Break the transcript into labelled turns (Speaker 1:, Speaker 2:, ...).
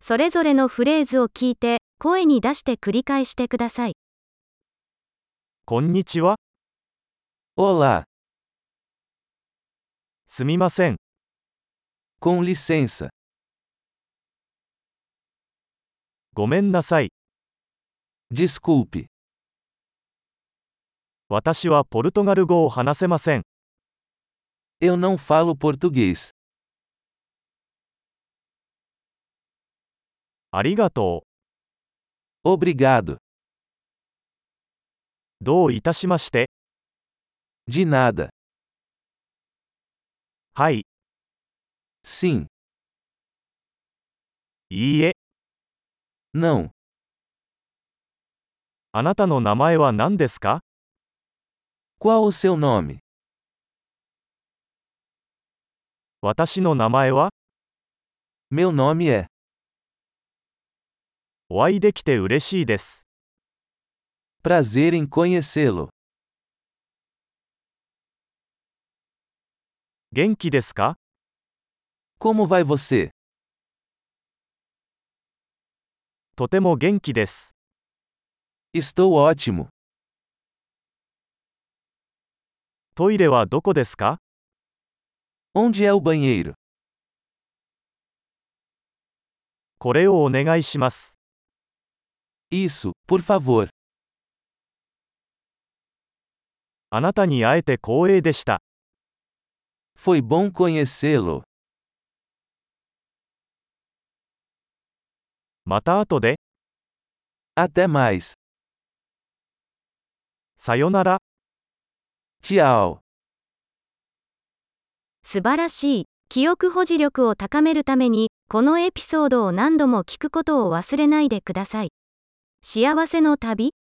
Speaker 1: それぞれのフレーズを聞いて、声に出して繰り返してください。
Speaker 2: こんにちは。
Speaker 3: Olá,
Speaker 2: すみません。
Speaker 3: com licença.
Speaker 2: ごめんなさい。
Speaker 3: Desculpe,
Speaker 2: 私はポルトガル語を話せません。
Speaker 3: eu não falo português.
Speaker 2: ありがと
Speaker 3: Obrigado.
Speaker 2: う。どういたしまして。
Speaker 3: De nada.
Speaker 2: はい、
Speaker 3: Sim.
Speaker 2: いいえ。
Speaker 3: Não.
Speaker 2: あなたの名前は何ですか
Speaker 3: Qual o seu nome?
Speaker 2: 私の名前は、
Speaker 3: Meu nome é.
Speaker 2: お会いできて嬉しいです。
Speaker 3: Prazer em conhecê-lo.
Speaker 2: 元気ですか
Speaker 3: Como vai você?
Speaker 2: とても元気です。
Speaker 3: Estou ótimo.
Speaker 2: トイレはどこですか
Speaker 3: Onde é o banheiro?
Speaker 2: これをお願いします。
Speaker 3: Isso, por favor.
Speaker 2: あなたに会えて光栄でした。
Speaker 3: Foi bom conhecê-lo.
Speaker 2: また後で、
Speaker 3: Até mais.
Speaker 2: さよなら。
Speaker 3: Tchau.
Speaker 1: 素晴らしい。記憶保持力を高めるために、このエピソードを何度も聞くことを忘れないでください。幸せの旅